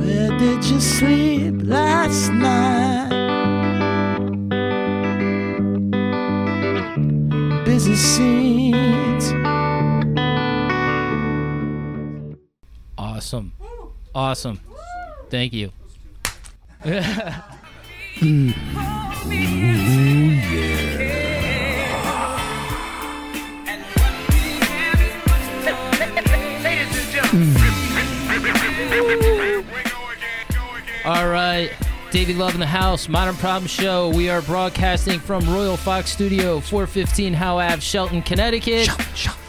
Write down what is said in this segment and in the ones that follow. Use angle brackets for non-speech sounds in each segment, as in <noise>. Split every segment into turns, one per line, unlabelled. did you sleep last night? Busy scenes.
Awesome. Awesome. Thank you. All right. Davey Love in the house, Modern Problem Show. We are broadcasting from Royal Fox Studio, 415 Howe Ave, Shelton, Connecticut.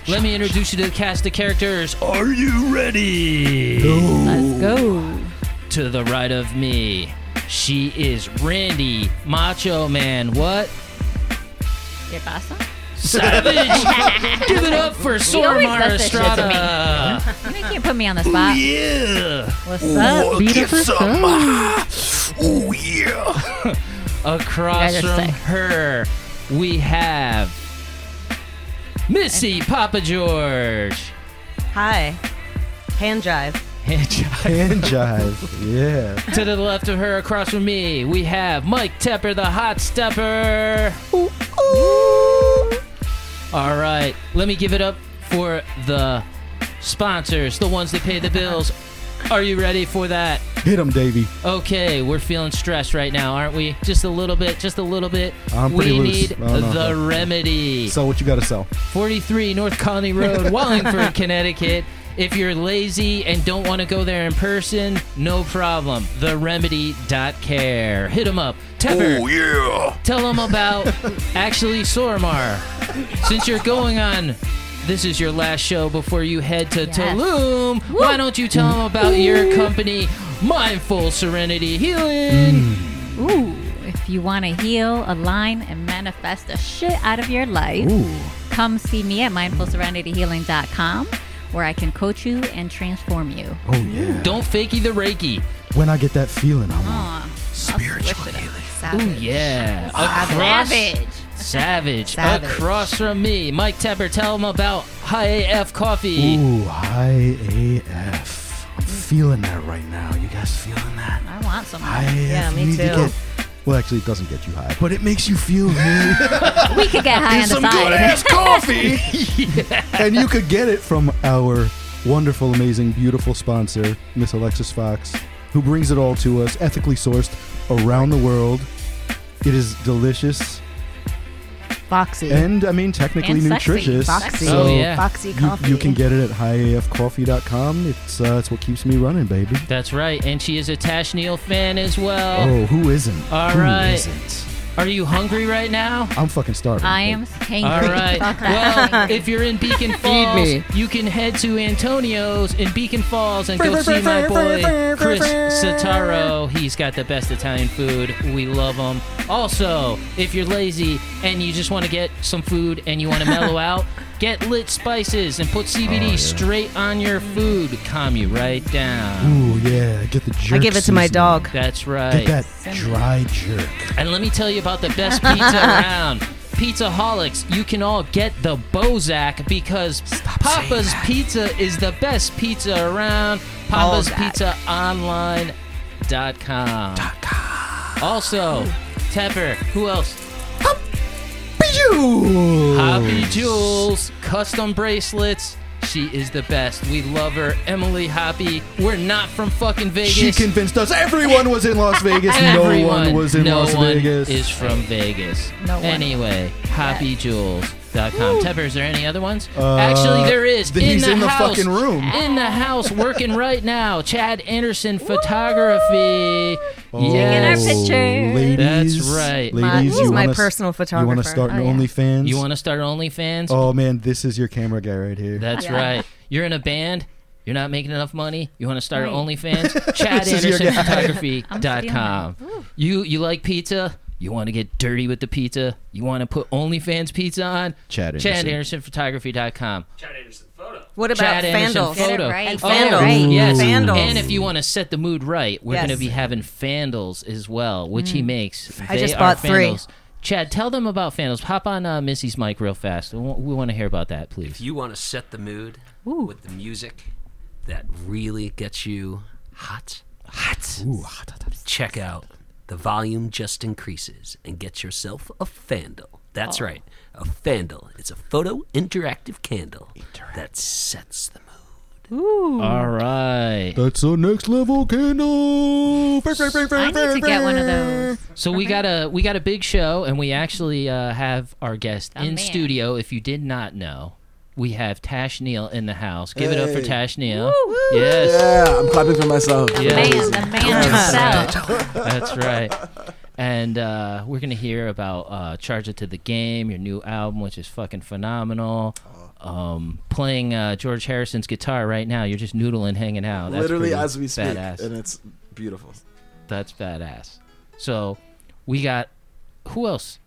Let me introduce you to the cast of characters. Are you ready?
Let's go.
To the right of me, she is Randy Macho Man.
<laughs>
What?
¿Qué pasa?
Savage! Give it up for Sora
always does this shit to
Estrada.
You can't put me on the spot.
Yeah.
What's up? Beautiful
<laughs>
Oh yeah.
Across
You guys are
from
sick.
her, we have Missy Papa George.
Hi. Hand drive.
And <laughs> to
Hand jive. Yeah.
the left of her, across from me, we have Mike Tepper, the hot stepper. All right, let me give it up for the sponsors, the ones that pay the bills. Are you ready for that?
Hit him, Davey.
Okay, we're feeling stressed right now, aren't we? Just a little bit, just a little bit.
I'm
we
pretty loose.
need
I don't know.
the remedy.
Sell what you got to sell.
43 North Colony Road, Wallingford, Connecticut. If you're lazy and don't want to go there in person, no problem. The remedy.care. Hit them up. Tepper,
yeah.
tell them about actually Soramar. Since you're going on this is your last show before you head to
Yes.
Tulum, why don't you tell them about your company, Mindful Serenity Healing?
Ooh, if you want to heal, align, and manifest the shit out of your life, come see me at mindfulserenityhealing.com where I can coach you and transform you.
Oh, yeah.
Don't fakey the Reiki.
When I get that feeling, I want.
Aw,
Spiritual healing.
Ooh, yeah. Across-
Savage.
Savage.
Savage.
Across from me, Mike Tepper, tell him about High AF Coffee.
Ooh, high AF. I'm feeling that right now. You guys feeling that?
I want some.
High AF.
Yeah, me
you need to
too.
get- well, actually, it doesn't get you high, but it makes you feel
<laughs>
good.
We could get high on the
some
side.
good
<laughs>
ass coffee. <laughs> And you could get it from our wonderful, amazing, beautiful sponsor, Miss Alexis Fox, who brings it all to us, ethically sourced around the world. It is delicious
Foxy.
and, I mean, technically
And sexy.
nutritious.
Foxy.
Oh, yeah.
Foxy
You,
coffee.
you can get it at highafcoffee.com. It's uh, it's what keeps me running, baby.
That's right. And she is a Tash Neal fan as well.
Oh, who isn't?
All
Who
right.
isn't?
Are you hungry right now?
I'm fucking starving.
I
baby.
am hangry.
All right.
Fuck that. <laughs>
Well, if you're in Beacon Falls,
me.
you can head to Antonio's in Beacon Falls and go see my boy Chris Sataro. He's got the best Italian food. We love him. Also, if you're lazy and you just want to get some food and you want to mellow out, get lit spices and put CBD straight on your food. Calm you right down.
Ooh, yeah. Get the
I
jerk.
give it to my
seasoning.
dog.
That's right.
Get that dry jerk.
And let me tell you about the best pizza around. Pizza holics, you can all get the Bozak because Papa's Pizza is the best pizza around. Papa's Pizza Online.com. Also, Tepper, who else? Happy Jules, custom bracelets. She is the best. We love her. Emily Hoppy. We're not from fucking Vegas.
She convinced us everyone was in
<laughs>
Las Vegas. no
Everyone,
one was in
no
Las
one
Vegas.
is from Vegas.
No one.
Anyway, happyjules.com. Tepper, is there any other ones?
Uh,
Actually, there is.
th- he's
in the,
in the
house,
fucking room.
In the house, working right now. Chad Anderson Photography.
Oh,
Taking our
Yes.
picture.
Ladies,
That's right.
My-
Ladies,
he's
you
my
wanna s- You
personal
want
photographer.
to start an
Oh, yeah.
OnlyFans?
You want to start OnlyFans?
oh man, this is your camera guy right here.
That's
Yeah.
right. You're in a band. You're not making enough money. You want to start
Right.
OnlyFans? Chad
This is your
Anderson
guy.
Photography.com.
I'm feeling
You you like pizza? You want to get dirty with the pizza? You want to put OnlyFans pizza on?
Chad
Chad
Anderson.
Anderson Photography.com.
What about
Chad
Fandle?
Anderson
Get it
photo.
right.
Oh,
Get it
right.
yes.
Fandles.
And if you want to set the mood right, we're
Yes.
going to be having Fandles as well, which he makes.
I
They
just
are
bought three.
Fandles. Chad, tell them about Fandles. Hop on uh, Missy's mic real fast. We want to hear about that, please.
If you want to set the mood with the music that really gets you hot, hot,
Yes. Check out.
The volume just increases and get yourself a Fandle. That's right. A Fandle. It's a photo interactive candle that sets the mood.
All right.
That's a next level candle.
I need to get one of those.
So we got a we got a big show, and we actually uh, have our guest
Oh,
in
man.
studio. If you did not know, we have Tash Neal in the house. Give it up for
Hey.
Tash Neal. Yes,
Yeah, I'm clapping for myself.
Yeah.
Man, the man himself.
that's right. And uh, we're gonna hear about uh, "Charge It to the Game," your new album, which is fucking phenomenal. Um, playing uh, George Harrison's guitar right now. You're just noodling, hanging out. That's
Literally
pretty
as we speak,
badass.
and it's beautiful.
That's badass. So we got who else?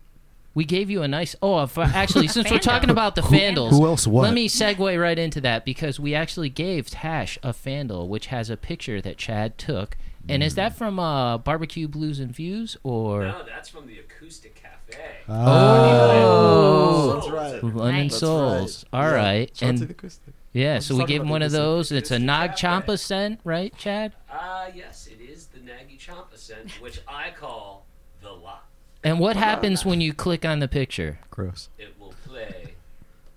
We gave you a nice. Oh, if,
<laughs>
actually, since we're
Fandom.
talking about the Fandles,
who else what?
Let me segue right into that because we actually gave Tash a Fandle, which has a picture that Chad took. And is that from uh, Barbecue Blues and Views or
that's from the Acoustic Cafe.
Ah.
Oh,
That's right.
London
That's
Oh. Souls? All
Yeah.
right,
Shout out to
and
the acoustic.
yeah,
I'm
so we
talking
gave him
about
one of
acoustic.
those. It's a Nag Champa scent, right, Chad?
Ah, yes, it is the Nagy Champa <laughs> scent, which I call the lock.
And what happens when you click on the picture?
Gross.
It will play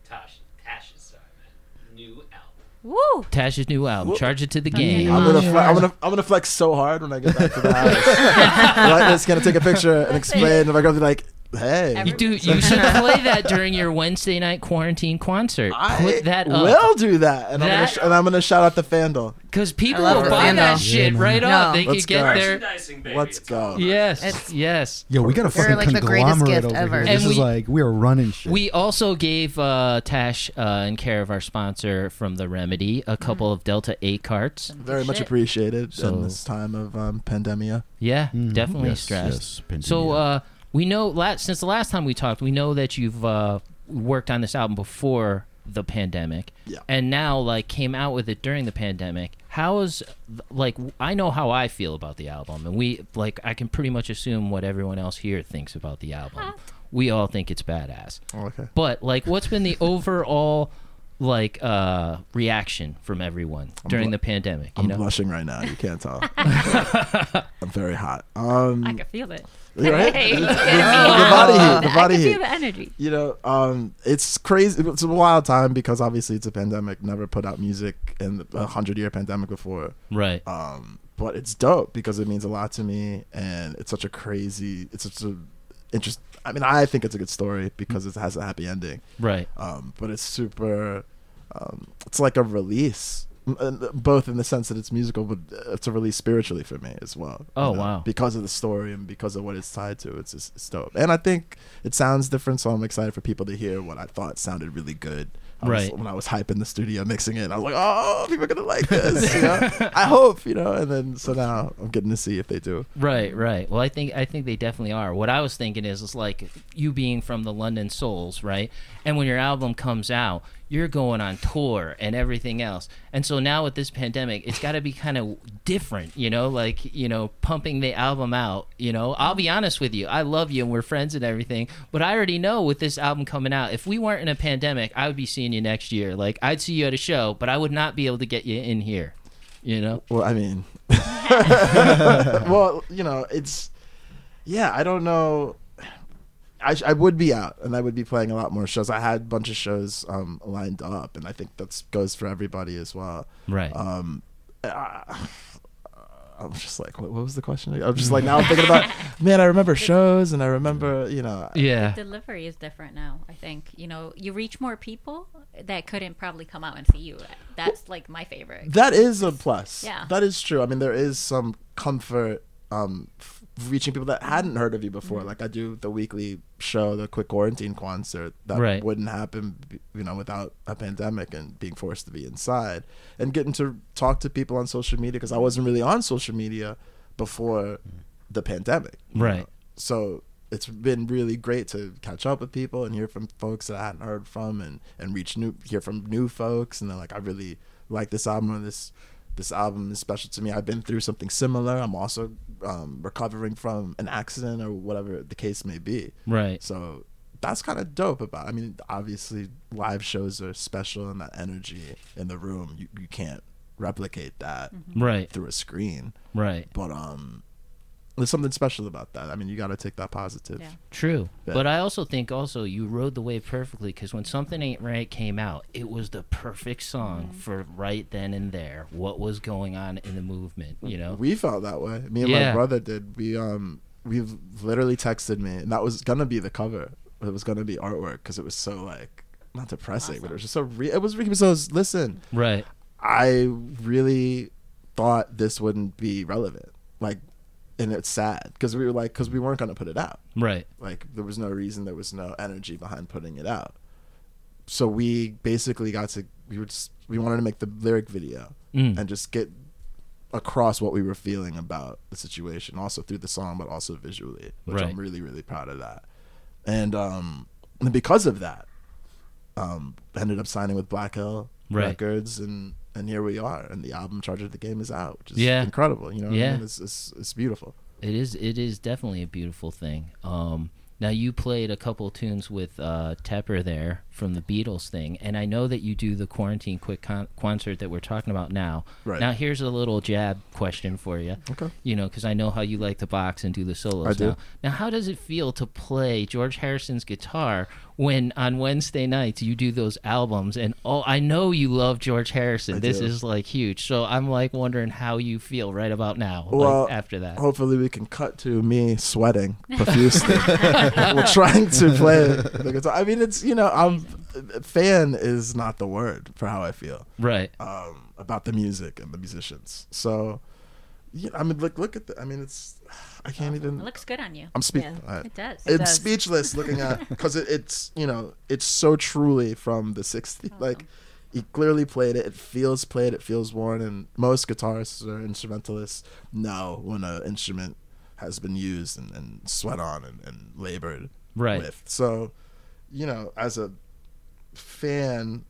Tosh, Tash's, sorry, man, new album.
Woo!
Tash's new album, Charge It to the Game.
I'm gonna, fle- I'm gonna, I'm gonna flex so hard when I get back to the house.
<laughs>
<laughs> I'm just gonna take a picture and explain, and my girl be like, "Hey,
You do. You <laughs> should play that during your Wednesday night quarantine concert.
I
Put that up
will do that," and I'm gonna,
That-
sh- and I'm gonna shout out the Fandle.
because people
I love
will
the
buy
Fandom.
that shit right off. They
Let's
could get
go.
their
Merchandising, baby.
Let's go.
yes,
It's-
yes.
Yo, we got a
They're
fucking
like the greatest
conglomerate
gift
over
ever.
here.
And
This is
we-
like we are running shit.
We also gave uh, Tash uh, in care of our sponsor from the Remedy a couple
Mm.
of Delta Eight carts.
Very much
Shit.
appreciated
So-
in this time of um, pandemia.
Yeah,
Mm-hmm.
Mhm.
definitely
Yes,
stressed.
yes, Pennsylvania.
So uh, we know last since the last time we talked, we know that you've uh, worked on this album before the pandemic,
Yeah.
and now like came out with it during the pandemic. How is like I know how I feel about the album, and we like I can pretty much assume what everyone else here thinks about the album. We all think it's badass,
Oh, Okay.
but like, what's been
<laughs>
the overall like uh reaction from everyone during
bl-
the pandemic? You
I'm
know,
blushing right now. You
<laughs>
can't tell. I'm very hot. Um,
I can feel it.
you're right?
<laughs> Hey,
the,
it's
the-
getting me
the body heat. Uh, The
I
body
can
heat.
feel the energy.
you know, um, it's crazy. It's a wild time because obviously it's a pandemic. Never put out music in a hundred year pandemic before.
right?
Um, but it's dope because it means a lot to me, and it's such a crazy. It's such a interest. I mean, I think it's a good story because it has a happy ending.
right.
Um, but it's super. Um, it's like a release, m- and uh, both in the sense that it's musical, but uh, it's a release spiritually for me as well. you
Oh, wow.
Because of the story and because of what it's tied to, it's just it's dope. And I think it sounds different, so I'm excited for people to hear what I thought sounded really good. I was-
Right.
when I was hyping the studio mixing it, I was like, "Oh, people are
<laughs>
gonna like this." You know? I hope, you know. And then so now I'm getting to see if they do.
Right, right. Well, I think I think they definitely are. What I was thinking is, it's like you being from the London Souls, right? And when your album comes out, you're going on tour and everything else. And so now with this pandemic, it's got to be kind of different, you know? Like you know, pumping the album out. You know, I'll be honest with you, I love you and we're friends and everything. But I already know with this album coming out, if we weren't in a pandemic, I would be seeing you next year. Like I'd see you at a show, but I would not be able to get you in here. You know?
Well, I mean, <laughs> well, you know, it's yeah. I don't know. I, sh- I would be out and I would be playing a lot more shows. I had a bunch of shows um, lined up, and I think that goes for everybody as well.
Right.
Um, I, I'm just like, what, what was the question? I'm just like now I'm thinking about, man. I remember shows, and I remember, you know,
yeah.
Delivery is different now. I think you know you reach more people that couldn't probably come out and see you. That's like my favorite.
That is a plus.
Yeah.
That is true. I mean, there is some comfort um, f- reaching people that hadn't heard of you before. Like I do the weekly show, the quick quarantine concert that
Right.
wouldn't happen, b- you know, without a pandemic and being forced to be inside and getting to talk to people on social media because I wasn't really on social media before the pandemic. you
Right.
know. So it's been really great to catch up with people and hear from folks that I hadn't heard from and and reach new hear from new folks and they're like I really like this album or this this album is special to me. I've been through something similar. I'm also um, recovering from an accident or whatever the case may be.
Right.
So that's kind of dope about. I mean, obviously live shows are special and that energy in the room you, you can't replicate that
Right.
through a screen.
Right.
But um, there's something special about that. I mean, you got to take that positive.
Yeah.
True.
Yeah.
But I also think also you rode the wave perfectly because when Something Ain't Right came out, it was the perfect song for right then and there what was going on in the movement, you know?
We felt that way. Me and
Yeah.
my brother did. We um, we've literally texted me, and that was gonna be the cover. It was gonna be artwork because it was so like not depressing, but it was just so real. It was he was so listen.
right.
I really thought this wouldn't be relevant. Like, and it's sad because we were like, because we weren't going to put it out.
Right.
Like, there was no reason, there was no energy behind putting it out. So we basically got to, we were just, we wanted to make the lyric video
Mm.
and just get across what we were feeling about the situation, also through the song, but also visually, which
Right.
I'm really, really proud of that. And, um, and because of that, um, ended up signing with Black Hill
Right.
Records, and and here we are, and the album Charge of the Game is out, which is
Yeah.
incredible. You know, what I
Yeah.
mean? it's, it's it's beautiful.
It is it is definitely a beautiful thing. Um now you played a couple tunes with uh, Tepper there from the Beatles thing, and I know that you do the quarantine quick con- concert that we're talking about now.
Right.
Now here's a little jab question for you.
Okay.
You know, because I know how you like to box and do the solos.
I do.
Now. now, how does it feel to play George Harrison's guitar when on Wednesday nights you do those albums? And oh, I know you love George Harrison.
I
this
do.
is like huge. So I'm like wondering how you feel right about now,
Well,
like after that.
hopefully we can cut to me sweating profusely. <laughs> We're trying to play the guitar. I mean, it's you know, I'm fan is not the word for how I feel.
Right.
um, about the music and the musicians. So, yeah, I mean, look, look at the. I mean, it's. I can't
It
even.
looks good on you.
I'm speaking.
Yeah.
It does.
I'm
does.
speechless looking at because it, it's you know it's so truly from the '60s. Like, he clearly played it. It feels played. It feels worn. And most guitarists or instrumentalists know when an instrument has been used and, and sweat on and, and labored
Right.
with. So, you know, as a fan,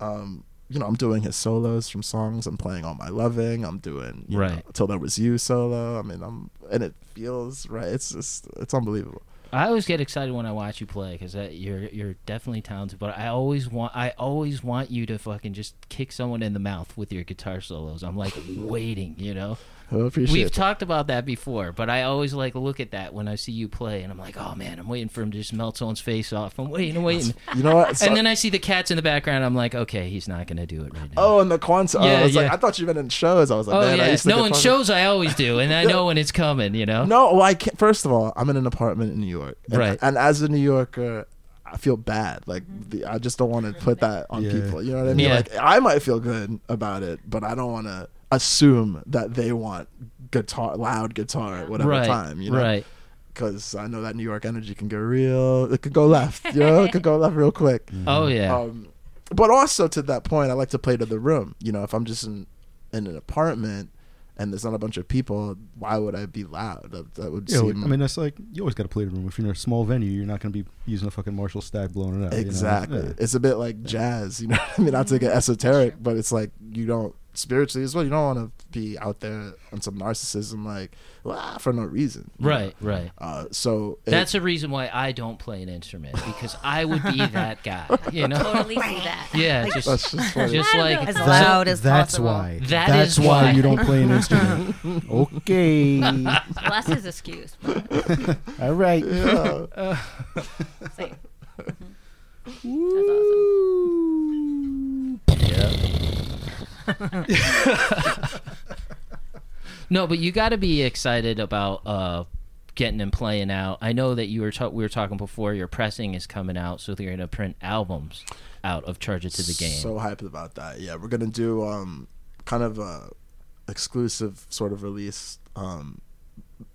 um, you know, I'm doing his solos from songs. I'm playing all my loving. I'm doing you
Right.
know, till there was you solo. I mean, I'm and it feels right. It's just it's unbelievable.
I always get excited when I watch you play because you're you're definitely talented. But I always want I always want you to fucking just kick someone in the mouth with your guitar solos. I'm like waiting, you know.
I appreciate.
We've
that.
talked about that before, but I always like look at that when I see you play, and I'm like, oh man, I'm waiting for him to just melt someone's face off. I'm waiting, I'm waiting,
you know
<laughs>
what? So-
and then I see the cats in the background. I'm like, okay, he's not gonna do it right now.
oh, and the Quanta.
Yeah,
I was like,
yeah.
I thought you meant in shows. I was like,
Oh,
man, I
yeah,
used to
no
get
one
Quanta-
shows. I always do,
<laughs>
and I know when it's coming. You know,
No, well, I can't. First of all, I'm in an apartment in New York, and,
Right.
And as a New Yorker, I feel bad. Like the, I just don't want to put that on
Yeah.
people. You know what I mean?
Yeah.
Like I might feel good about it, but I don't want to assume that they want guitar, loud guitar at whatever
right,
time. You know,
right,
Because I know that New York energy can go real. It could go left. You know, it could go left real quick.
oh yeah,
Um, but also to that point, I like to play to the room. You know, if I'm just in, in an apartment and there's not a bunch of people, why would I be loud? That, that would
Yeah,
seem.
well, I mean, that's like you always got to play the room. If you're in a small venue, you're not going to be using a fucking Marshall stack blowing it out. you know?
exactly.
Yeah. Mm-hmm.
It's a bit like jazz. You know, what I mean, not to get esoteric, but it's like you don't spiritually as well. You don't want to be out there on some narcissism, like "Wah," for no reason. you know?
right, right.
Uh, so it-
That's a reason why I don't play an instrument because I would be that guy, you know?
Totally see that.
<laughs> Yeah, just
<laughs> that's just funny.
just like
As loud as
that's
possible.
why.
That
that's
is
why
why.
you don't play an instrument.
<laughs>
okay.
Well, that's his excuse. but
All right.
Yeah.
same. Mhm. That's awesome.
no, but you got to be excited about uh getting and playing out. I know that you were ta- we were talking before your pressing is coming out, so they're going to print albums out of Charge It to the Game.
So hyped about that. Yeah, we're gonna do um kind of a exclusive sort of release um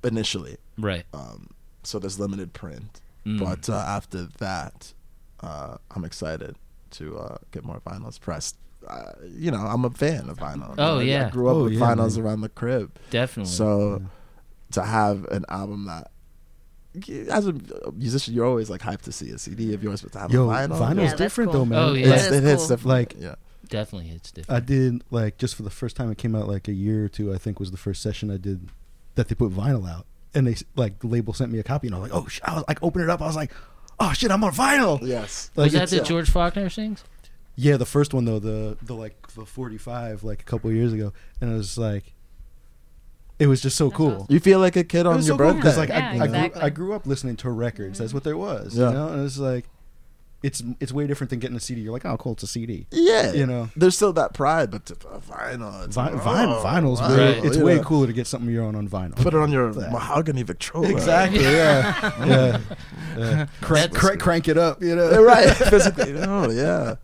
initially.
right.
Um so there's limited print.
Mm.
But uh, after that, uh I'm excited to uh get more vinyls pressed. Uh, you know, I'm a fan of vinyl.
Oh,
I-
yeah. Oh,
I grew up
Oh,
with
yeah,
vinyls
man.
around the crib.
Definitely.
So to have an album that as a musician, you're always like hyped to see a CD of yours, but to have
Yo,
a vinyl,
vinyl's
that's
different
cool.
though, man.
Oh, yeah.
it's,
That is
it hits
cool.
different.
Like-
yeah.
definitely it's different.
I did like just for the first time it came out like a year or two. I think was the first session I did that they put vinyl out, and they like the label sent me a copy, and I was like, oh, sh-. I was like, open it up. I was like, oh shit, I'm on vinyl.
Yes.
Like,
was that
it's-
the George Faulkner sings?
Yeah, the first one though, the the like the 45, like a couple years ago, and it was like, it was just so
Uh-huh.
cool.
You feel like a kid on your birthday.
because like
Yeah,
I, I,
exactly. Mm-hmm.
grew, I grew up listening to records. That's what there was,
Yeah.
you know. And it's like, it's it's way different than getting a CD. You're like, oh, cool, it's a CD.
yeah,
you know.
there's still that pride, but to, uh, vinyl, it's
Vi-
like,
vin-
oh,
vinyl's
wow,
way, it's
you
way
know.
cooler to get something of your own on vinyl.
Put
<laughs>
it on your
That.
mahogany Victrola.
Exactly. Yeah. <laughs> yeah. yeah. <laughs> Crank,
That's-
crank, crank it up. You <laughs> know.
<laughs> right. Physically. Oh yeah.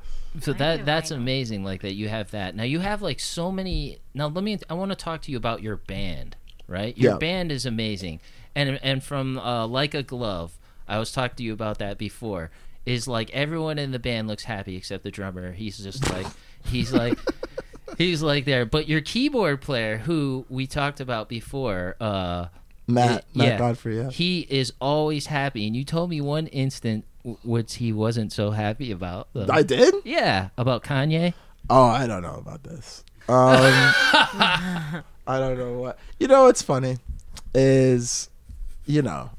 So
I
that
do,
that's
I know.
amazing. Like that you have that. Now you have like so many. Now let me. I want to talk to you about your band, right? Your
Yeah.
band is amazing, and and from uh, like a glove. I was talking to you about that before. Is like everyone in the band looks happy except the drummer. He's just like he's
<laughs>
like he's like there. But your keyboard player, who we talked about before, uh,
Matt-
i-
Matt Godfrey, yeah.
he is always happy. And you told me one instant w- which he wasn't so happy about. though.
I did.
Yeah, about Kanye.
Oh, I don't know about this.
<laughs>
Um, I don't know what. You know, what's funny is, you know,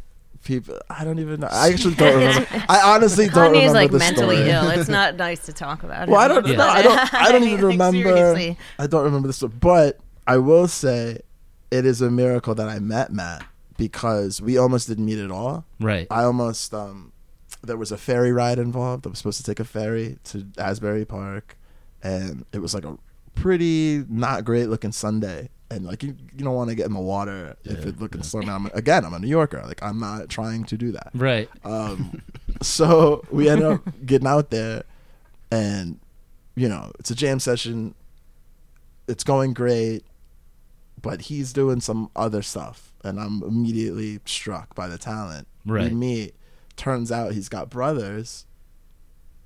people. I don't even know. I actually
<laughs>
don't remember. I honestly don't remember
Kanye's like
the
mentally
story.
ill. It's not nice to talk about.
Well, I
him.
don't know.
Yeah.
I don't. I don't
<laughs>
even
Like,
remember.
seriously.
I don't remember the story. But I will say, it is a miracle that I met Matt because we almost didn't meet at all.
Right.
I almost um there was a ferry ride involved. I was supposed to take a ferry to Asbury Park and it was like a pretty not great looking Sunday. And like you, you don't want to get in the water if you're looking slow. Now, I'm, again, I'm a New Yorker. Like I'm not trying to do that.
Right.
Um, so we ended up getting out there, and you know, it's a jam session. It's going great, but he's doing some other stuff, and I'm immediately struck by the talent.
Right.
We meet. Turns out he's got brothers,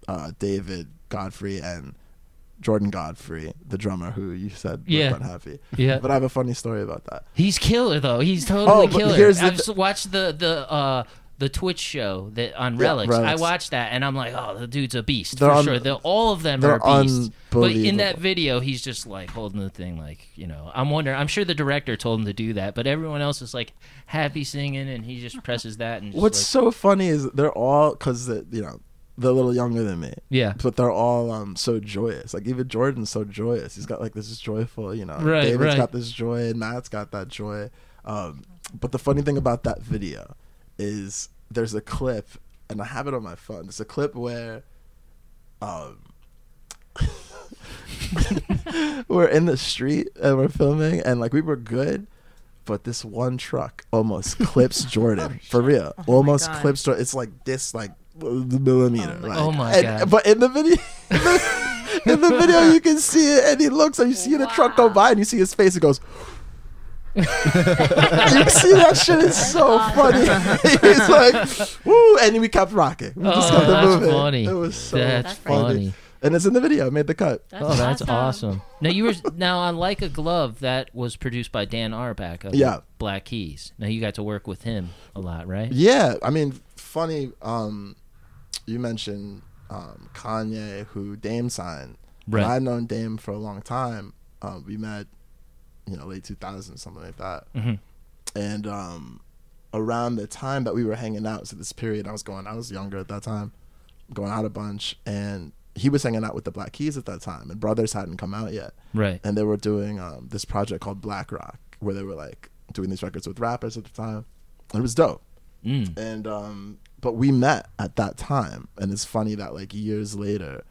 uh, David Godfrey and Jordan Godfrey, the drummer who you said
Yeah.
was unhappy.
Yeah.
But I have a funny story about that.
He's killer though. He's totally
Oh, but
killer.
here's the
I've
th-
s- watched the the uh the Twitch show that on
Yeah,
Relics. I
Relics.
watched that and I'm like, oh, the dude's a beast
They're
for
un-
sure. They're, all of them
they're
are beasts. But in that
unbelievable.
video, he's just like holding the thing, like you know. I'm wondering. I'm sure the director told him to do that, but everyone else is like happy singing, and he just presses that and just
What's
like-
so funny is they're all because you know they're a little younger than me.
Yeah.
but they're all um so joyous. Like even Jordan's so joyous. He's got like this joyful, you know.
Right,
David's
right.
got this joy. Matt's got that joy. Um, but the funny thing about that video is there's a clip, and I have it on my phone. There's a clip where, um. <laughs> we're in the street and we're filming and like we were good but this one truck
<laughs>
almost clips jordan
Oh,
for real almost
God.
clips jordan it's like this like millimeter like,
Oh my
and-
God.
but in the video <laughs> in the video you can see it and he looks and you see the truck go by and you see his face it goes <laughs> you see that shit is
Oh,
so funny <laughs> it's like woo and we kept rocking we just
Oh,
kept
that's
moving.
funny.
it was so
That's funny.
and it's in the video I made the cut
Oh, that's awesome. now you were now on Like a Glove that was produced by Dan Arback of
Yeah.
Black Keys. Now you got to work with him a lot, right?
Yeah, I mean, funny. Um, you mentioned um, Kanye, who Dame signed. And
Right.
I've known Dame for a long time. Um, we met, you know, late 2000s, something like that. And um, around the time that we were hanging out, so this period I was going, I was younger at that time, going out a bunch, and he was hanging out with the Black Keys at that time, and Brothers hadn't come out yet
Right.
and they were doing um, this project called Black Rock, where they were like doing these records with rappers at the time. And it was dope.
Mm.
And um, but we met at that time, and it's funny that like years later,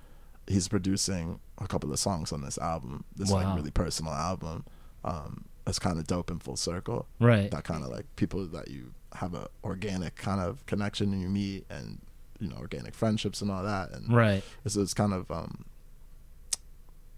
he's producing a couple of songs on this album, this
Wow.
like really personal album. Um, it's kind of dope and full circle.
Right.
That kind of like people that you have a organic kind of connection and you meet and you know organic friendships and all that and
Right.
so it's kind of um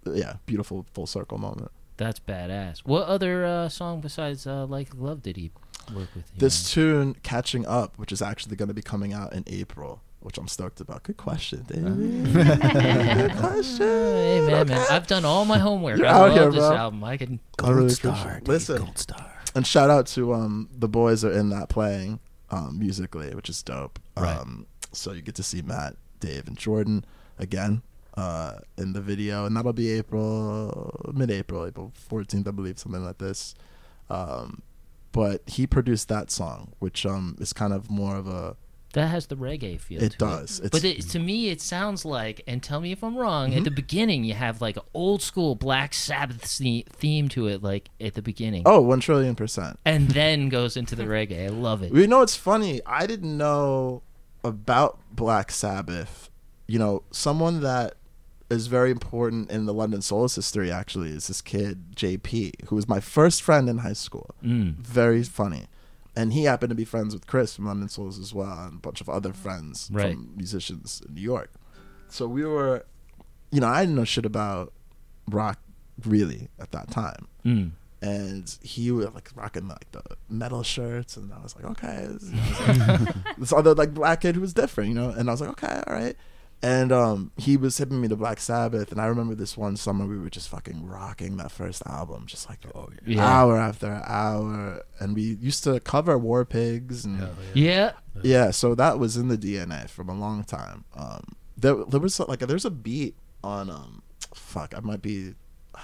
yeah beautiful full circle moment
That's badass. What other uh, song besides uh, Like a Glove did he work with? you
This tune, Catching Up, which is actually going to be coming out in April, which I'm stoked about. Good question, David.
<laughs>
Good
on?
question.
Hey man, man, I've done all my homework.
You're
I
out
love
here,
this
bro.
album. I can.
I really appreciate
Star,
it.
Dave,
Listen,
Gold Star.
and shout out to um the boys are in that playing um musically, which is dope.
Right.
Um, so you get to see Matt, Dave, and Jordan again uh in the video, and that'll be April, mid-April, April 14th, I believe, something like this. Um, but he produced that song, which um is kind of more of a
That has the reggae feel.
It
to
does. It's Mm-hmm.
But it, to me, it sounds like, and tell me if I'm wrong, at the beginning, you have like an old school Black Sabbath se- theme to it, like at the beginning.
oh, one trillion percent.
And then goes into the reggae. I love it.
You know, it's funny. I didn't know about Black Sabbath. You know, someone that is very important in the London Solstice Three actually is this kid JP, who was my first friend in high school. Very funny, and he happened to be friends with Chris from London Souls as well, and a bunch of other friends
Right.
from musicians in New York. So we were, you know, I didn't know shit about rock really at that time
Mm.
and he was like rocking like the metal shirts, and I was like, okay, this, this- this other like black kid who was different, you know, and I was like, okay, all right, and um, he was hipping me to Black Sabbath, and I remember this one summer we were just fucking rocking that first album, just like
Oh, Yeah.
hour after hour, and we used to cover War Pigs, and
Yeah.
yeah, so that was in the DNA from a long time. Um, there, there was like there's a beat on um, fuck, I might be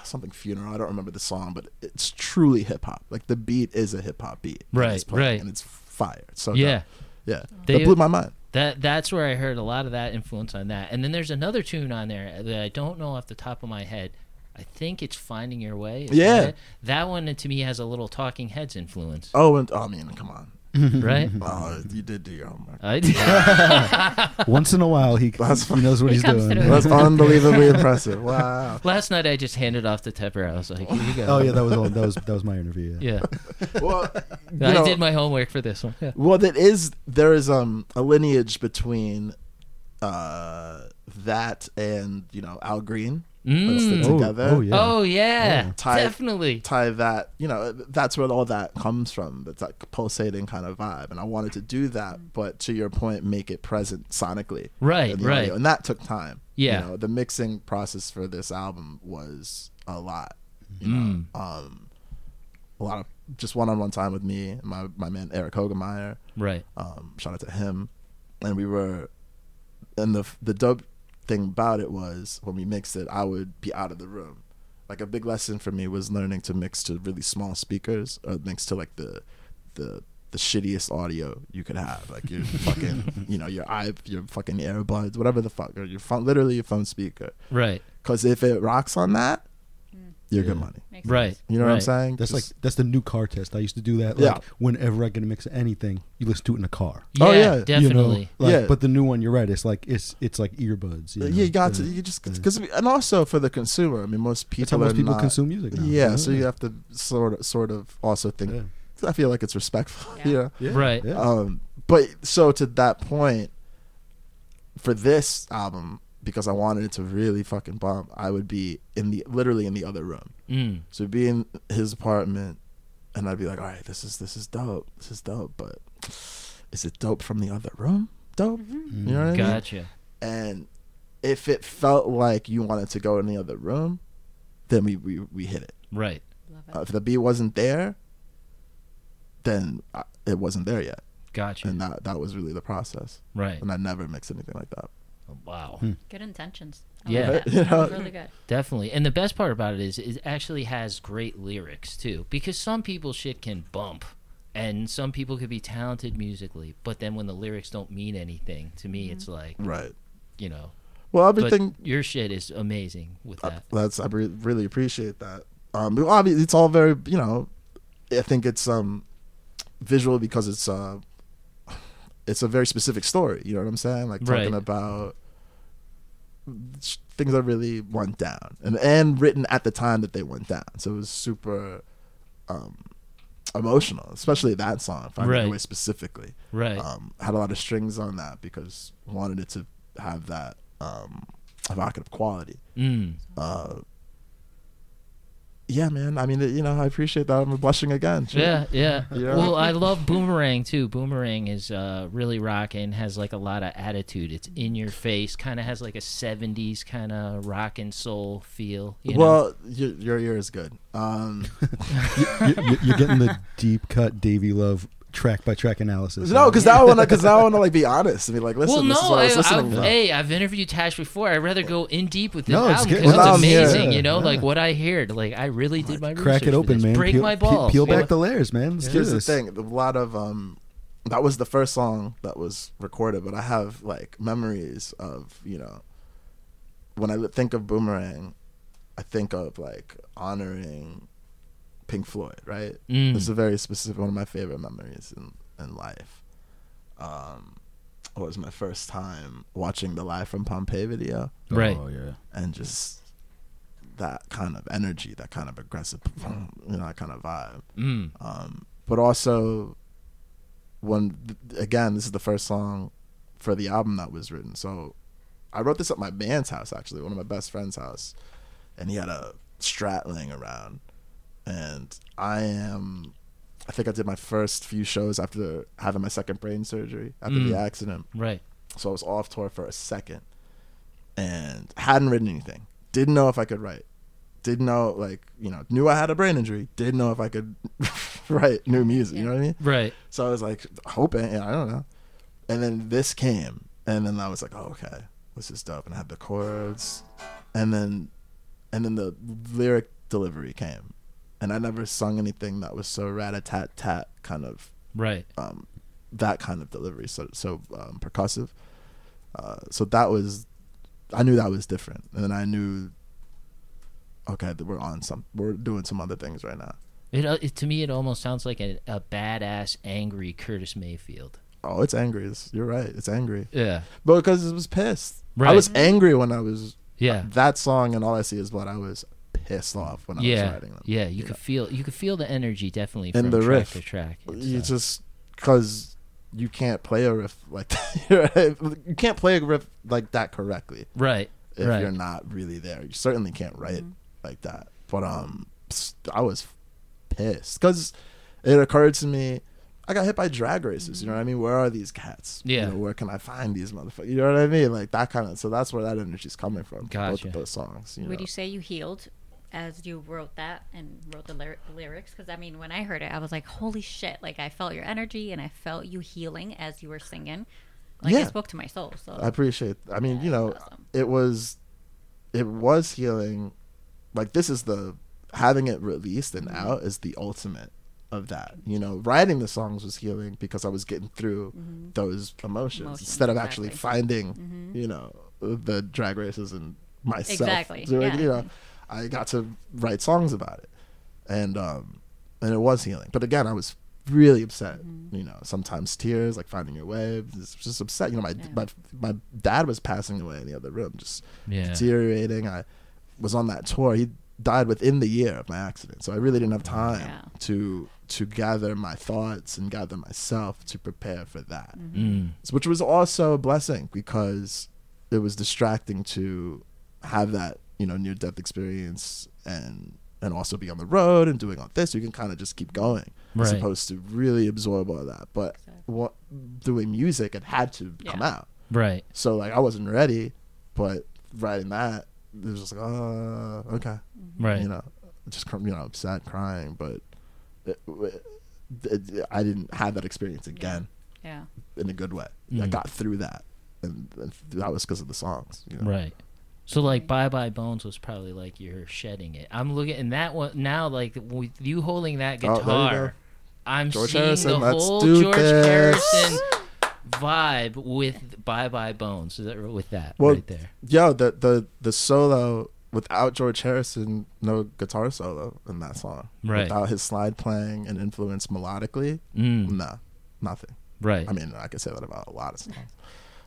something funeral. I don't remember the song, but it's truly hip hop. Like the beat is a hip hop beat, that
Right,
is playing,
right.
and it's fire. It's so
Yeah.
dope. yeah,
They-
that blew my mind.
That that's where I heard a lot of that influence on that. And then there's another tune on there that I don't know off the top of my head. I think it's Finding Your Way. isn't
Yeah.
it? That one to me has a little Talking Heads
<laughs>
influence,
Oh, and oh, I mean,
<laughs>
come on,
right?
oh, you did do your homework.
<laughs>
<laughs>
I,
Once in a while, he,
That's
he knows what
He
he's
comes
doing. <laughs>
through.
That's unbelievably impressive. Wow.
last night I just handed off the Tepper. I was like, <laughs> here you go.
Oh yeah, that was all, that was that was my interview. Yeah.
Yeah.
Well, you
I
know-
did my homework for this one. Yeah.
Well, that is there is um a lineage between uh that and you know Al Green
Mm.
listed
Oh,
together.
oh, yeah.
<laughs> Oh yeah,
Tie-
definitely.
Tie that you know that's where all that comes from. That's that pulsating kind of vibe, and I wanted to do that, but to your point, make it present sonically.
Right,
in the
right.
audio. and that took time.
Yeah.
you know, the mixing process for this album was a lot. You know,
Mm.
um, a lot of just one-on-one time with me and my my man Eric Hogemeyer
Right.
um, shout out to him and we were and the the dope thing about it was when we mixed it i would be out of the room like a big lesson for me was learning to mix to really small speakers or mix to like the the the shittiest audio you could have like
<laughs>
your fucking you know your i your fucking earbuds whatever the fuck or your phone literally your phone speaker
Right.
because if it rocks on that you're good money
Makes
Right.
you know what i'm
right.
saying
That's
Just-
like that's the new car test. I used to do that. Like,
Yeah.
Whenever I get a mix of anything, you listen to it in the car.
Yeah,
Oh, yeah, you know,
definitely.
You know, like,
Yeah.
But the new one, you're right. It's like it's it's like earbuds. You know?
yeah, you got to
Uh,
you just because and also for the consumer. I mean, most people
how most
are
people
not-
consume music now.
Yeah,
Yeah.
so you have to sort of sort of also think. I feel like it's respectful. <laughs> Yeah. You know?
yeah,
Right.
yeah.
Um, but so to that point, for this album, because I wanted it to really fucking bomb, I would be in the literally in the other room.
Mm.
So be in his apartment, and I'd be like, "All right, this is this is dope. This is dope." But is it dope from the other room? Dope. You know what I mean?
Gotcha.
and if it felt like you wanted to go in the other room, then we we, we hit it.
Right.
Uh, if the beat wasn't there, then uh, it wasn't there yet,
Gotcha.
and that that was really the process.
right. Oh,
And I never mixed anything like that.
Wow.
Good intentions. I
Yeah.
<laughs>
Like that.
You know?
Really good.
Definitely. And the best part about it is it actually has great lyrics too. Because some people shit can bump and some people could be talented musically, but then when the lyrics don't mean anything, to me it's like,
Right.
you know,
Well,
but
Mm-hmm. everything
your shit is amazing with that.
Uh, that's I re- really appreciate that. Um, but obviously it's all very you know, I think it's um, visual because it's uh, it's a very specific story. You know what I'm saying? Like talking
Right.
about sh- things that really went down and and written at the time that they went down. So it was super um, emotional, especially that song. Finding
Right.
Your Way specifically
Right.
um, had a lot of strings on that because wanted it to have that um, evocative quality
mm.
Uh, yeah, man. I mean, you know, I appreciate that. I'm blushing again. Shit.
Yeah, yeah.
Yeah.
Well, I love Boomerang too. Boomerang is uh, really rocking, has like a lot of attitude. It's in your face, kind of has like a 70s kind of rock and soul feel. You know?
well, your, your ear is good. Um, <laughs>
you, are getting the deep cut Davy Love track by track analysis.
no, because now I want to. Because now I want to like be honest and be like, listen,
Well,
this is what I was
no, I,
listening
I,
to.
hey, I've interviewed Tash before. I'd rather go in deep with this
No, it's
album
good.
because
Well, now
it's
I'm here.
amazing. You know,
Yeah.
like what I heard. Like I really did my
crack
research
it
for
open,
this.
man.
Break
peel,
my
peel-
balls.
Peel
you
back
know?
the layers, man. Let's do
Here's the
this.
thing: a lot of um, that was the first song that was recorded, but I have like memories of, you know, when I think of Boomerang, I think of like honoring Pink Floyd, right?
Mm.
It's a very specific one of my favorite memories in, in life. Um, it was my first time watching the Live from Pompeii video
Right.
Oh yeah.
and just that kind of energy, that kind of aggressive, <laughs> you know, that kind of vibe
Mm.
um, but also when again this is the first song for the album that was written so i wrote this at my band's house actually one of my best friend's house and he had a strat laying around and i am i think i did my first few shows after having my second brain surgery after the accident
Right.
so I was off tour for a second and hadn't written anything. Didn't know if I could write. Didn't know like, you know, knew I had a brain injury. Didn't know if I could <laughs> write new music, you know what I mean?
Right.
So I was like hoping, yeah, I don't know. And then this came and then I was like, "Oh, okay. This is dope." And I had the chords and then and then the lyric delivery came. And I never sung anything that was so rat-a-tat-tat kind of
Right.
um, that kind of delivery, so so um, percussive. Uh, so that was, I knew that was different, and then I knew, okay, that we're on some, we're doing some other things right now.
It, uh, it to me it almost sounds like a, a badass angry Curtis Mayfield.
Oh, it's angry. It's, you're right. It's angry,
Yeah.
but because it was pissed. I
Right.
was angry when I was
Yeah.
that song, and all I see is blood. I was pissed off when I was
Yeah.
writing them.
Yeah. You could feel you could feel the energy definitely from
And the
track
riff.
to track. It's,
you
uh,
just because you can't play a riff like <laughs> that. you can't play a riff like that correctly.
right.
if
right.
you're not really there. You certainly can't write like that. But um, s- I was pissed because it occurred to me, I got hit by drag races. You know what I mean? Where are these cats?
Yeah.
You know, where can I find these motherfuckers? You know what I mean? Like that kind of. So that's where that energy's coming from. Both
Gotcha.
of those songs. You know?
Would you say you healed as you wrote that and wrote the lyri- lyrics? Because I mean, when I heard it, I was like, "Holy shit!" Like I felt your energy and I felt you healing as you were singing. Like
Yeah.
it spoke to my soul. So
I appreciate. I mean, you know,
awesome.
it was, it was healing. Like this is the having it released
Mm-hmm.
and out is the ultimate of that. You know, writing the songs was healing because I was getting through those emotions
Mm-hmm. Emotions,
instead of actually
exactly. Mm-hmm.
finding, you know, the drag races and myself.
Exactly,
So,
yeah.
You know, I got to write songs about it, and um, and it was healing. But again, I was really upset. You know, sometimes tears, like finding your way, just, just upset. You know, my my my dad was passing away in the other room, just
Yeah.
deteriorating. I was on that tour. He died within the year of my accident, so I really didn't have time
Wow.
to to gather my thoughts and gather myself to prepare for that, So- which was also a blessing because it was distracting to have that you know near death experience and and also be on the road and doing all this. You can kind of just keep going as
Right.
opposed to really absorb all that. But what doing music, it had to come out.
Right.
So like I wasn't ready, but writing that it was just like, oh, okay,
Right.
you know, just cr- you know, upset, crying, but it, it, it- I didn't have that experience again
yeah,
in a good way. I
Mm.
got through that, and, and that was because of the songs. You know?
Right. So like Bye Bye Bones was probably like you're shedding it. I'm looking and that one now like with you holding that
Oh, there you
guitar,
go.
I'm
George
seeing
Harrison,
the
let's
whole
do
George
this.
Harrison vibe with Bye Bye Bones is that- with that
Well,
right there.
Yo, the the the solo without George Harrison, no guitar solo in that song.
Right.
Without his slide playing and influence melodically,
Mm.
no, nothing.
Right.
I mean, I could say that about a lot of songs.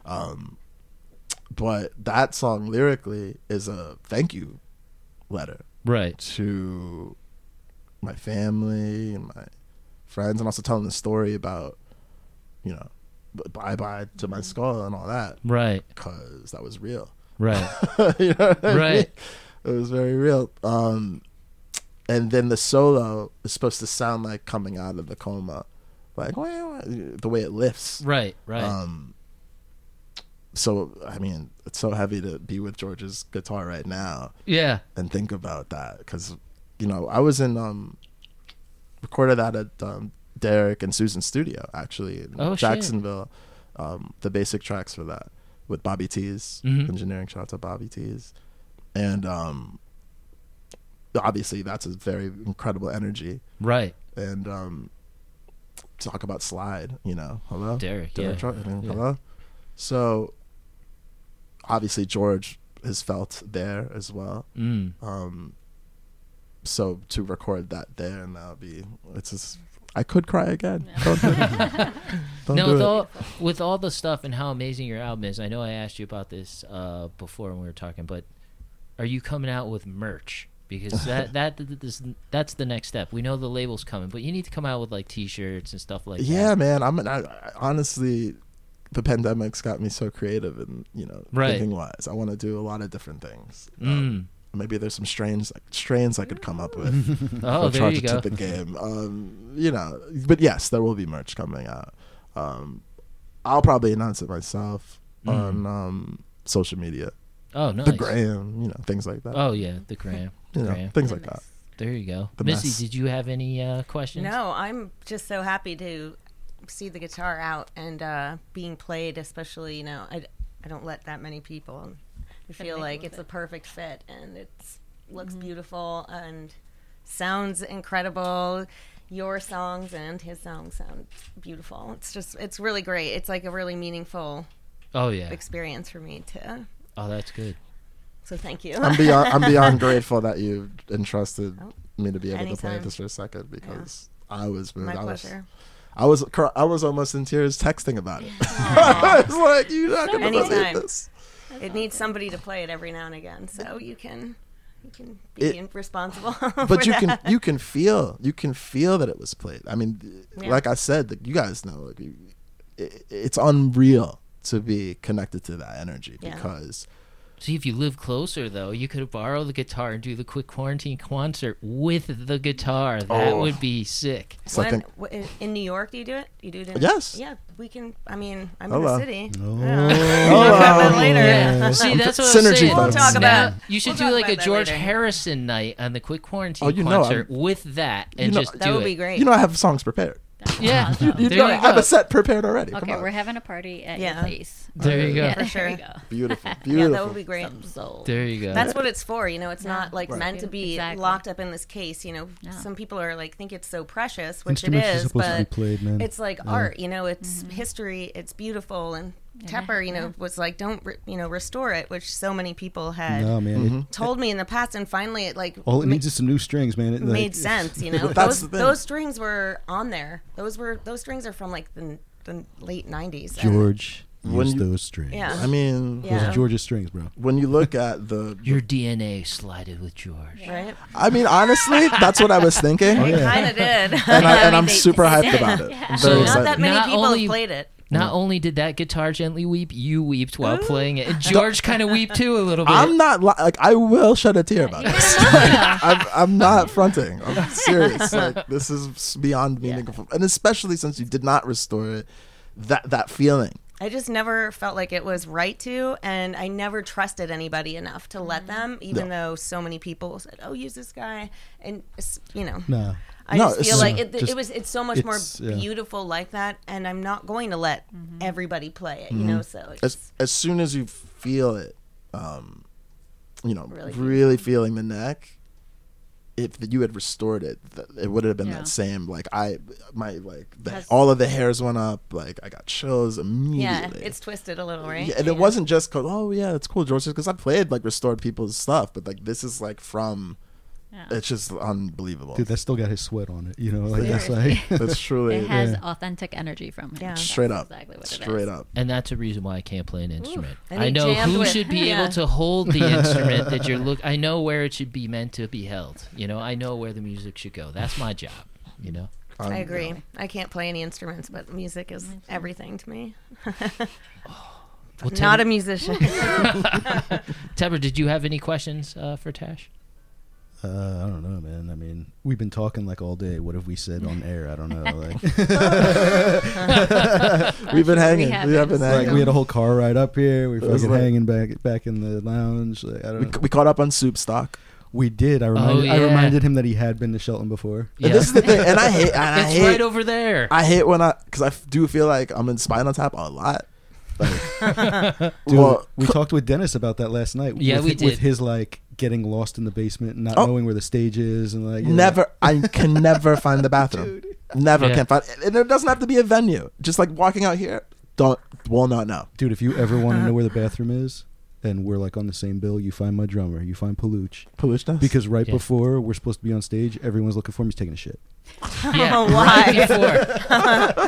Um, but that song lyrically is a thank you letter
right.
to my family and my friends, and also telling the story about, you know, bye bye to my skull and all that,
Right.
because that was real. <laughs>
Right.
You know what I mean?
Right.
It was very real. Um, and then the solo is supposed to sound like coming out of the coma, like "Wah, wah," the way it lifts.
Right. Right.
<laughs> Um, so I mean, it's so heavy to be with George's guitar right now
yeah.
and think about that because you know I was in um recorded that at um, Derek and Susan's studio actually in
Oh, shit.
Jacksonville. Um, the basic tracks for that with Bobby T's
Mhm.
engineering. Shout out to Bobby T's, and um, obviously that's a very incredible energy
Right.
and um, talk about Slide. You know, hello,
Derek,
Derek
yeah.
Truck- I mean, hello. So obviously George has felt there as well.
Mm.
Um, so to record that there and that'll be it's just I could cry again. Don't do it. Don't
no,
do
with
it.
all, with all the stuff and how amazing your album is, I know I asked you about this uh, before when we were talking, but are you coming out with merch? Because that
<laughs>
that th- th- this, that's the next step. We know the label's coming, but you need to come out with like T-shirts and stuff like that.
yeah, man. I'm I, I- honestly, the pandemic's got me so creative and you know
Right.
thinking wise. I want to do a lot of different things. Um,
Mm.
Maybe there's some strains like strains I could come up with.
<laughs> Oh,
or
there
charge
you
it
go.
to the game. Um, you know, but yes, there will be merch coming out. Um, I'll probably announce it myself
Mm.
on um, social media,
Oh, nice.
the gram, you know, things like that.
Oh yeah, the
<laughs>
gram. The
you know,
gram.
things like that.
There you go.
The
Missy,
mess.
did you have any uh, questions?
No, I'm just so happy to see the guitar out and uh, being played, especially, you know, I, I don't let that many people. I feel
make
like
with
it's
it.
a perfect fit and it looks beautiful and sounds incredible. Your songs and his songs sound beautiful. It's just, it's really great. It's like a really meaningful
Oh yeah.
experience for me to.
Oh, that's good.
So thank you.
I'm beyond I'm
<laughs>
beyond grateful that you entrusted
Oh.
me to be able to play
Anytime.
this for a second because I was moved.
My
I
pleasure.
was I was cr- I was almost in tears texting about it. <laughs> I was like, you're not gonna
Anytime.
believe
<laughs>
this.
It needs somebody to play it every now and again, so you can you can be
It-
in- responsible. <laughs>
but
for
you can
that.
you can feel you can feel that it was played. I mean, th-
Yeah.
like I said, like, you guys know, like, you- it, it's unreal to be connected to that energy
Yeah.
because
See, if you live closer, though, you could borrow the guitar and do the quick quarantine concert with the guitar. That
Oh.
would be sick.
it's like
When,
an-
w- in- in New York, do you do it? You do it? In,
Yes.
Yeah, we can. I mean, I'm
Hello.
in the city.
Oh,
But later, <laughs>
<laughs>
See, that's what
Synergy
I'm saying.
We'll talk
about-
Now, Oh, You should
we'll
do
talk
like a
about that
George
later.
Harrison night on the quick quarantine
Oh, you know
concert with that, and
know-
just do
that would
it.
be great.
you know I have songs prepared.
Yeah, there you
You know, I have
go.
a set prepared already. Come
Okay,
on.
we're having a party at
Yeah.
your place.
There you go.
Yeah, there
sure.
we go.
Beautiful,
<laughs>
beautiful.
yeah, that would be great.
Some soul.
There you go.
That's what it's for, you know. It's not like
Right.
meant to be
Exactly.
locked up in this case, you know.
No.
Some people are like think it's so precious, which it
Instruments are
is,
supposed to be
but
played, man.
it's like art, you know. It's
Mm-hmm.
history. It's beautiful, and Tepper, you know, was like, don't re- you know, restore it, which so many people
Uh,
had
no, man. it-
mm-hmm.
told me in the past, and finally, it like
all it
ma-
needs is some new strings, man. It, like,
made sense. You
<laughs>
know,
But that's
those,
the thing.
those strings were on there. Those were those strings are from like the, the late '90s.
George
When
used
you-
those strings.
Yeah.
I mean,
Those
Yeah.
are George's strings, bro.
when you look at the,
Your DNA slided with George.
right?
I mean, honestly, that's what I was thinking,
Oh, yeah. <laughs>
Kind of did. <laughs>
and, I, and
I
I'm
mean, they-
super
they
hyped
did.
about it. I'm
So
very
it's
Not
excited.
that many
Not
people
only-
have played it.
Not only did that guitar gently weep, you weeped while playing
<laughs>
it. And George kind of weeped too a little bit.
I'm not li- like I will shed a tear about this. <laughs> I'm, I'm not fronting. I'm serious. Like this is beyond meaningful, and especially since you did not restore it, that that feeling.
I just never felt like it was right to, and I never trusted anybody enough to let them, even though so many people said, "Oh, use this guy," and it's- you know.
No.
I
No,
just
it's-
feel like
yeah,
it,
just-
it was it's so much more
it's, yeah.
beautiful like that, and I'm not going to let everybody play it, you know. So it's
As as soon as you feel it, um, you know, really,
Really
feeling the neck. If you had restored it, th- it would have been
Yeah.
that same. Like I, my like the,
Has-
all of the hairs went up. Like I got chills
yeah,
immediately.
it's twisted a little, right?
Yeah, and it wasn't just 'cause, oh yeah, it's cool, George, because I played like restored people's stuff, but like this is like from,
Yeah.
it's just unbelievable.
Dude, that's still got his sweat on it. You know, like that's like. <laughs>
<laughs>
That's truly
It has authentic energy from him.
Yeah.
That's
<laughs> straight up,
Exactly what it is.
straight up.
and that's a reason why I can't play an instrument.
and
I
he
know
jammed
who
with-
should be
yeah.
able to hold
<laughs>
the instrument that you're look. I know where it should be meant to be held. You know, I know where the music should go. That's my job. You know,
Um,
I agree. I can't play any instruments, but music is everything to me.
well, Tepper,
Not a musician. <laughs>
Tepper, did you have any questions uh, for Tash?
Uh, I don't know, man. I mean, we've been talking like all day. What have we said on air? I don't know. Like,
<laughs>
We've been hanging. We,
haven't.
have been
like
hanging.
we had a whole car ride up here. We
It was
fucking
like-
hanging back back in the lounge. Like, I don't.
we,
know.
we caught up on soup stock.
We did. I reminded. I
Oh, yeah.
reminded him that he had been to Shelton before.
Yeah.
And this is the thing, and I hate, and I
it's
hate,
right
<laughs>
over there.
I hate when I, because I f- do feel like I'm in Spinal Tap a lot. Like,
Dude,
well,
we talked with Dennis about that last night.
Yeah,
with,
we
With
did.
his like getting lost in the basement and not
Oh.
knowing where the stage is and like you know,
Never, I can never find the
<laughs>
bathroom. Never
Yeah.
can find, and it doesn't have to be a venue. Just like walking out here, don't will not know.
dude, if you ever want to know where the bathroom is and we're like on the same bill, you find my drummer, you find Paluch.
Pollution
<laughs> Because right
Yeah.
before we're supposed to be on stage, everyone's looking for him. He's taking a shit.
<laughs> Yeah,
Oh, why?
right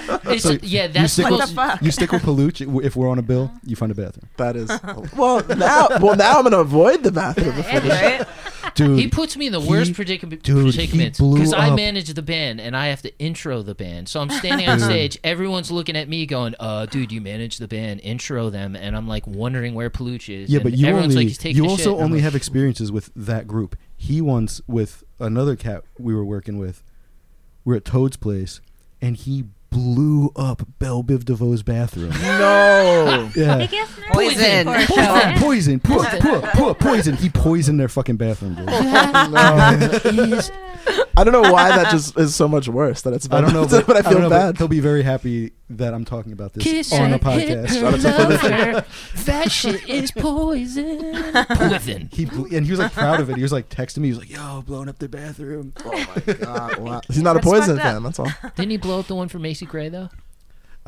before. It's- yeah,
You
that's
stick,
What
with,
the fuck?
you stick with Paluch. If we're on a bill, you find a bathroom.
that is <laughs> well now. Well now I'm gonna avoid
<laughs>
the bathroom.
Yeah, right?
Dude,
<laughs> He puts me in the worst
He-
predicament
dude, he
predicaments
blew
because I
up.
manage the band and I have to intro the band. So I'm standing on stage, everyone's looking at me going, "Uh, dude, you manage the band, intro them," and I'm like wondering where Paluch is.
Yeah,
and
but you
everyone's
only
like, he's taking
you
a shit,"
also
and I'm
only
like,
have experiences with that group. He once with another cat we were working with. We are at Toad's place, and he blew up Belle Biv DeVoe's bathroom.
<laughs> No,
Yeah.
Biggest nerd
Poison.
for a show.
Poison, poison, poor, poor, poor, poison. He poisoned their fucking bathroom. Dude.
I don't know why that just is so much worse. That it's
I don't know,
<laughs> but,
but,
I
don't
feel
know, but
bad.
He'll be very happy that I'm talking about this
Kiss
on a
her, hit
podcast.
her, love her. That shit is poison.
<laughs>
Poison.
He blew, and he was like proud of it. He was like texting me. He was like, "Yo, blowing up their bathroom." uh,
God, wow. He's not a
That's
poison
fucked up.
fan. That's all.
Didn't he blow up the one for Macy Gray though?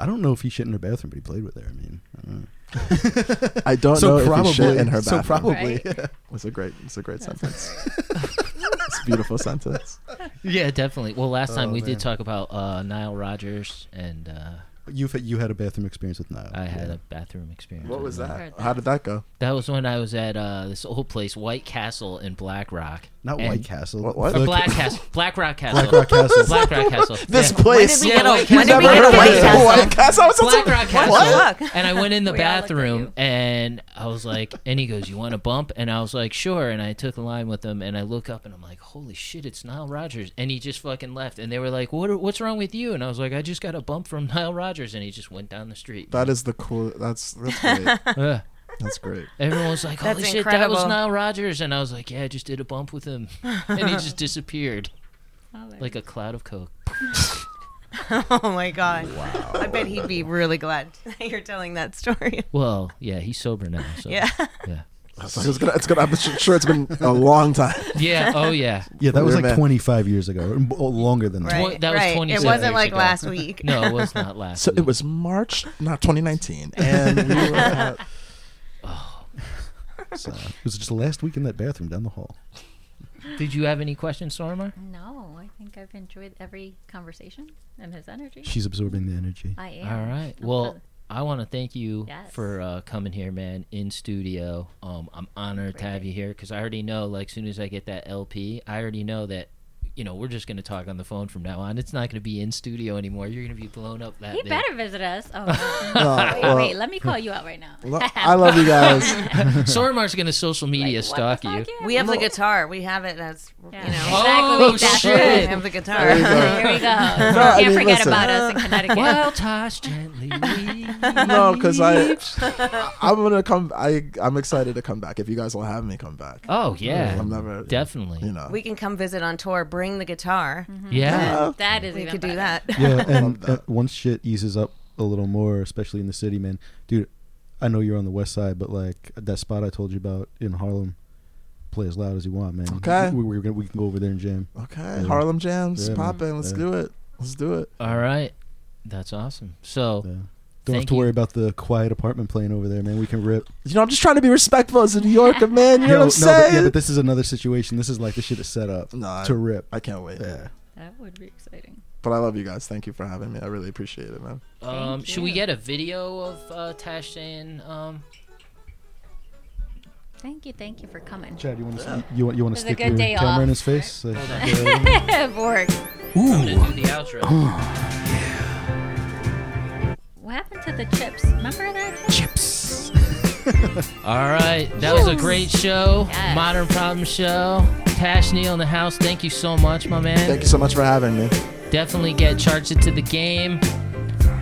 I don't know if he shit in her bathroom, but he played with her. I mean, I don't know.
I don't know if he shit in her
so
bathroom.
probably.
Right?
It's a great, it's a great
<laughs>
sentence. it's a beautiful sentence.
Yeah, definitely. Well, last time
Oh,
we
man.
did talk about uh, Nile Rodgers, and uh,
You've you had a bathroom experience with Nile.
I had a bathroom experience.
What was
with
that?
Heard that.
How did that go?
That was when I was at uh, this old place, White Castle in Black Rock.
not
And-
White Castle.
What- what?
Or
Fuck- <laughs>
Black Castle, Black Rock Castle,
Black Rock Castle.
Black Rock Castle.
<laughs> This
Yeah.
place.
we get a-
He's
when did
never
we get
heard
a
of Oh,
White
this.
Castle?
White Castle. It's a-
Black Rock Castle.
What?
And I went in the
<laughs> We all looked at
bathroom
you.
and I was like, and he goes, You want a bump? And I was like, Sure. And I took a line with him and I look up and I'm like, Holy shit, it's Nile Rodgers. And he just fucking left. And they were like, what are, What's wrong with you? And I was like, I just got a bump from <laughs> Nile Rodgers. And he just went down the street.
That is the cool. That's that's
<laughs>
great.
Ugh.
That's great.
Everyone was like,
That's
"Holy shit, that was
incredible.
Nile Rodgers," and I was like, "Yeah, I just did a bump with him," and he just disappeared like a cloud of coke.
Oh my god! Wow. I bet he'd be really glad <laughs> you're telling that story. <laughs>
Well, yeah, he's sober now. So.
Yeah.
yeah,
So it's gonna. It's gonna. I'm su- sure it's been a long time.
yeah. Oh yeah.
Yeah, that was
Weird
like
man.
25 years ago, or- or longer than that.
Right.
that was
right.
27
It wasn't
years
like
ago.
last week.
No, it was not last.
So
week.
it was March, not 2019, and we were at,
So, it was just last week in that bathroom down the hall.
Did you have any questions, Stormer?
No, I think I've enjoyed every conversation and his energy.
She's absorbing the energy.
I am.
All right.
I'm
Well,
done.
I want to thank you
Yes.
for uh, coming here, man, in studio. Um, I'm honored to have you here because I already know, like, soon as I get that LP, I already know that, you know, we're just going to talk on the phone from now on. It's not going to be in studio anymore. You're going to be blown up that
he
big. <laughs>
better visit us. Oh, no.
uh,
wait,
well,
wait, let me call you
<laughs>
out right now.
lo- I love you guys.
Sormar's going to social media
What the
stalk
fuck?
you.
Yeah,
<laughs> We have the
well,
guitar. We have it as
yeah.
you know.
Exactly,
Oh,
that's
shit.
We
it.
have the
There you
guitar.
go.
<laughs>
Here
<laughs>
we go.
I
Can't
mean,
forget
listen.
about us in Connecticut.
Wild
<laughs>
toss gently leaves.
No, because I, I'm gonna come. I, I'm excited to come back. If you guys will have me come back,
Oh, yeah.
I'm never
Definitely.
Mm-hmm.
You know,
We can come visit on tour. Bring the guitar.
Mm-hmm. Yeah.
That- That is
We
even
could do
better.
that.
<laughs>
Yeah,
<laughs>
and uh, once shit eases up a little more, especially in the city, man, dude. I know you're on the west side, but like that spot I told you about in Harlem, play as loud as you want, man.
Okay.
we, we, we're gonna, we can go over there and jam.
okay, Harlem jams
Yeah, man.
popping. Let's
Yeah.
do it. Let's do it.
All right. That's awesome.
Yeah.
So,
Don't have
Thank
to worry
you.
about the quiet apartment playing over there, man. We can rip.
You know, I'm just trying to be respectful as a
<laughs>
New Yorker, man. You know
Yo,
what I'm
no,
saying?
but, yeah, but this is another situation. This is like the shit is set up
No, I-
to rip.
I can't wait.
yeah.
That would be exciting.
But I love you guys. Thank you for having me. I really appreciate it, man.
um,
Thank
should we
you.
get a video of uh, Tash saying, um,
Thank you, thank you for coming.
Chad, you want to you want you want to
was a
stick
good
your
day
camera
off.
in his face? Like,
<laughs> Borg,
I'm going to do the outro?
what happened to the chips? Remember that?
Chips.
All right, that was a great show,
Yes.
Modern Problem Show. Tash Neal in the house, thank you so much, my man.
Thank you so much for having me.
Definitely get charged into the game.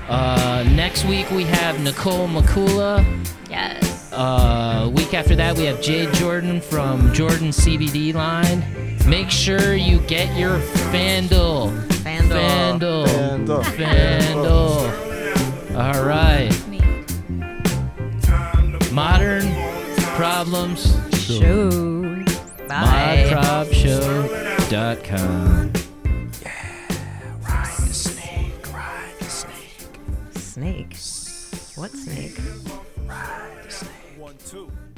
Uh, next week we have Nicole Makula.
Yes.
Uh, week after that we have Jade Jordan from Jordan CBD Line. Make sure you get your Fandle,
Vandal.
Fandle,
And, uh,
Fandle. All right,
Me.
Modern Problems.
Show.
robshow.com.
Snake. What snake?
One, two.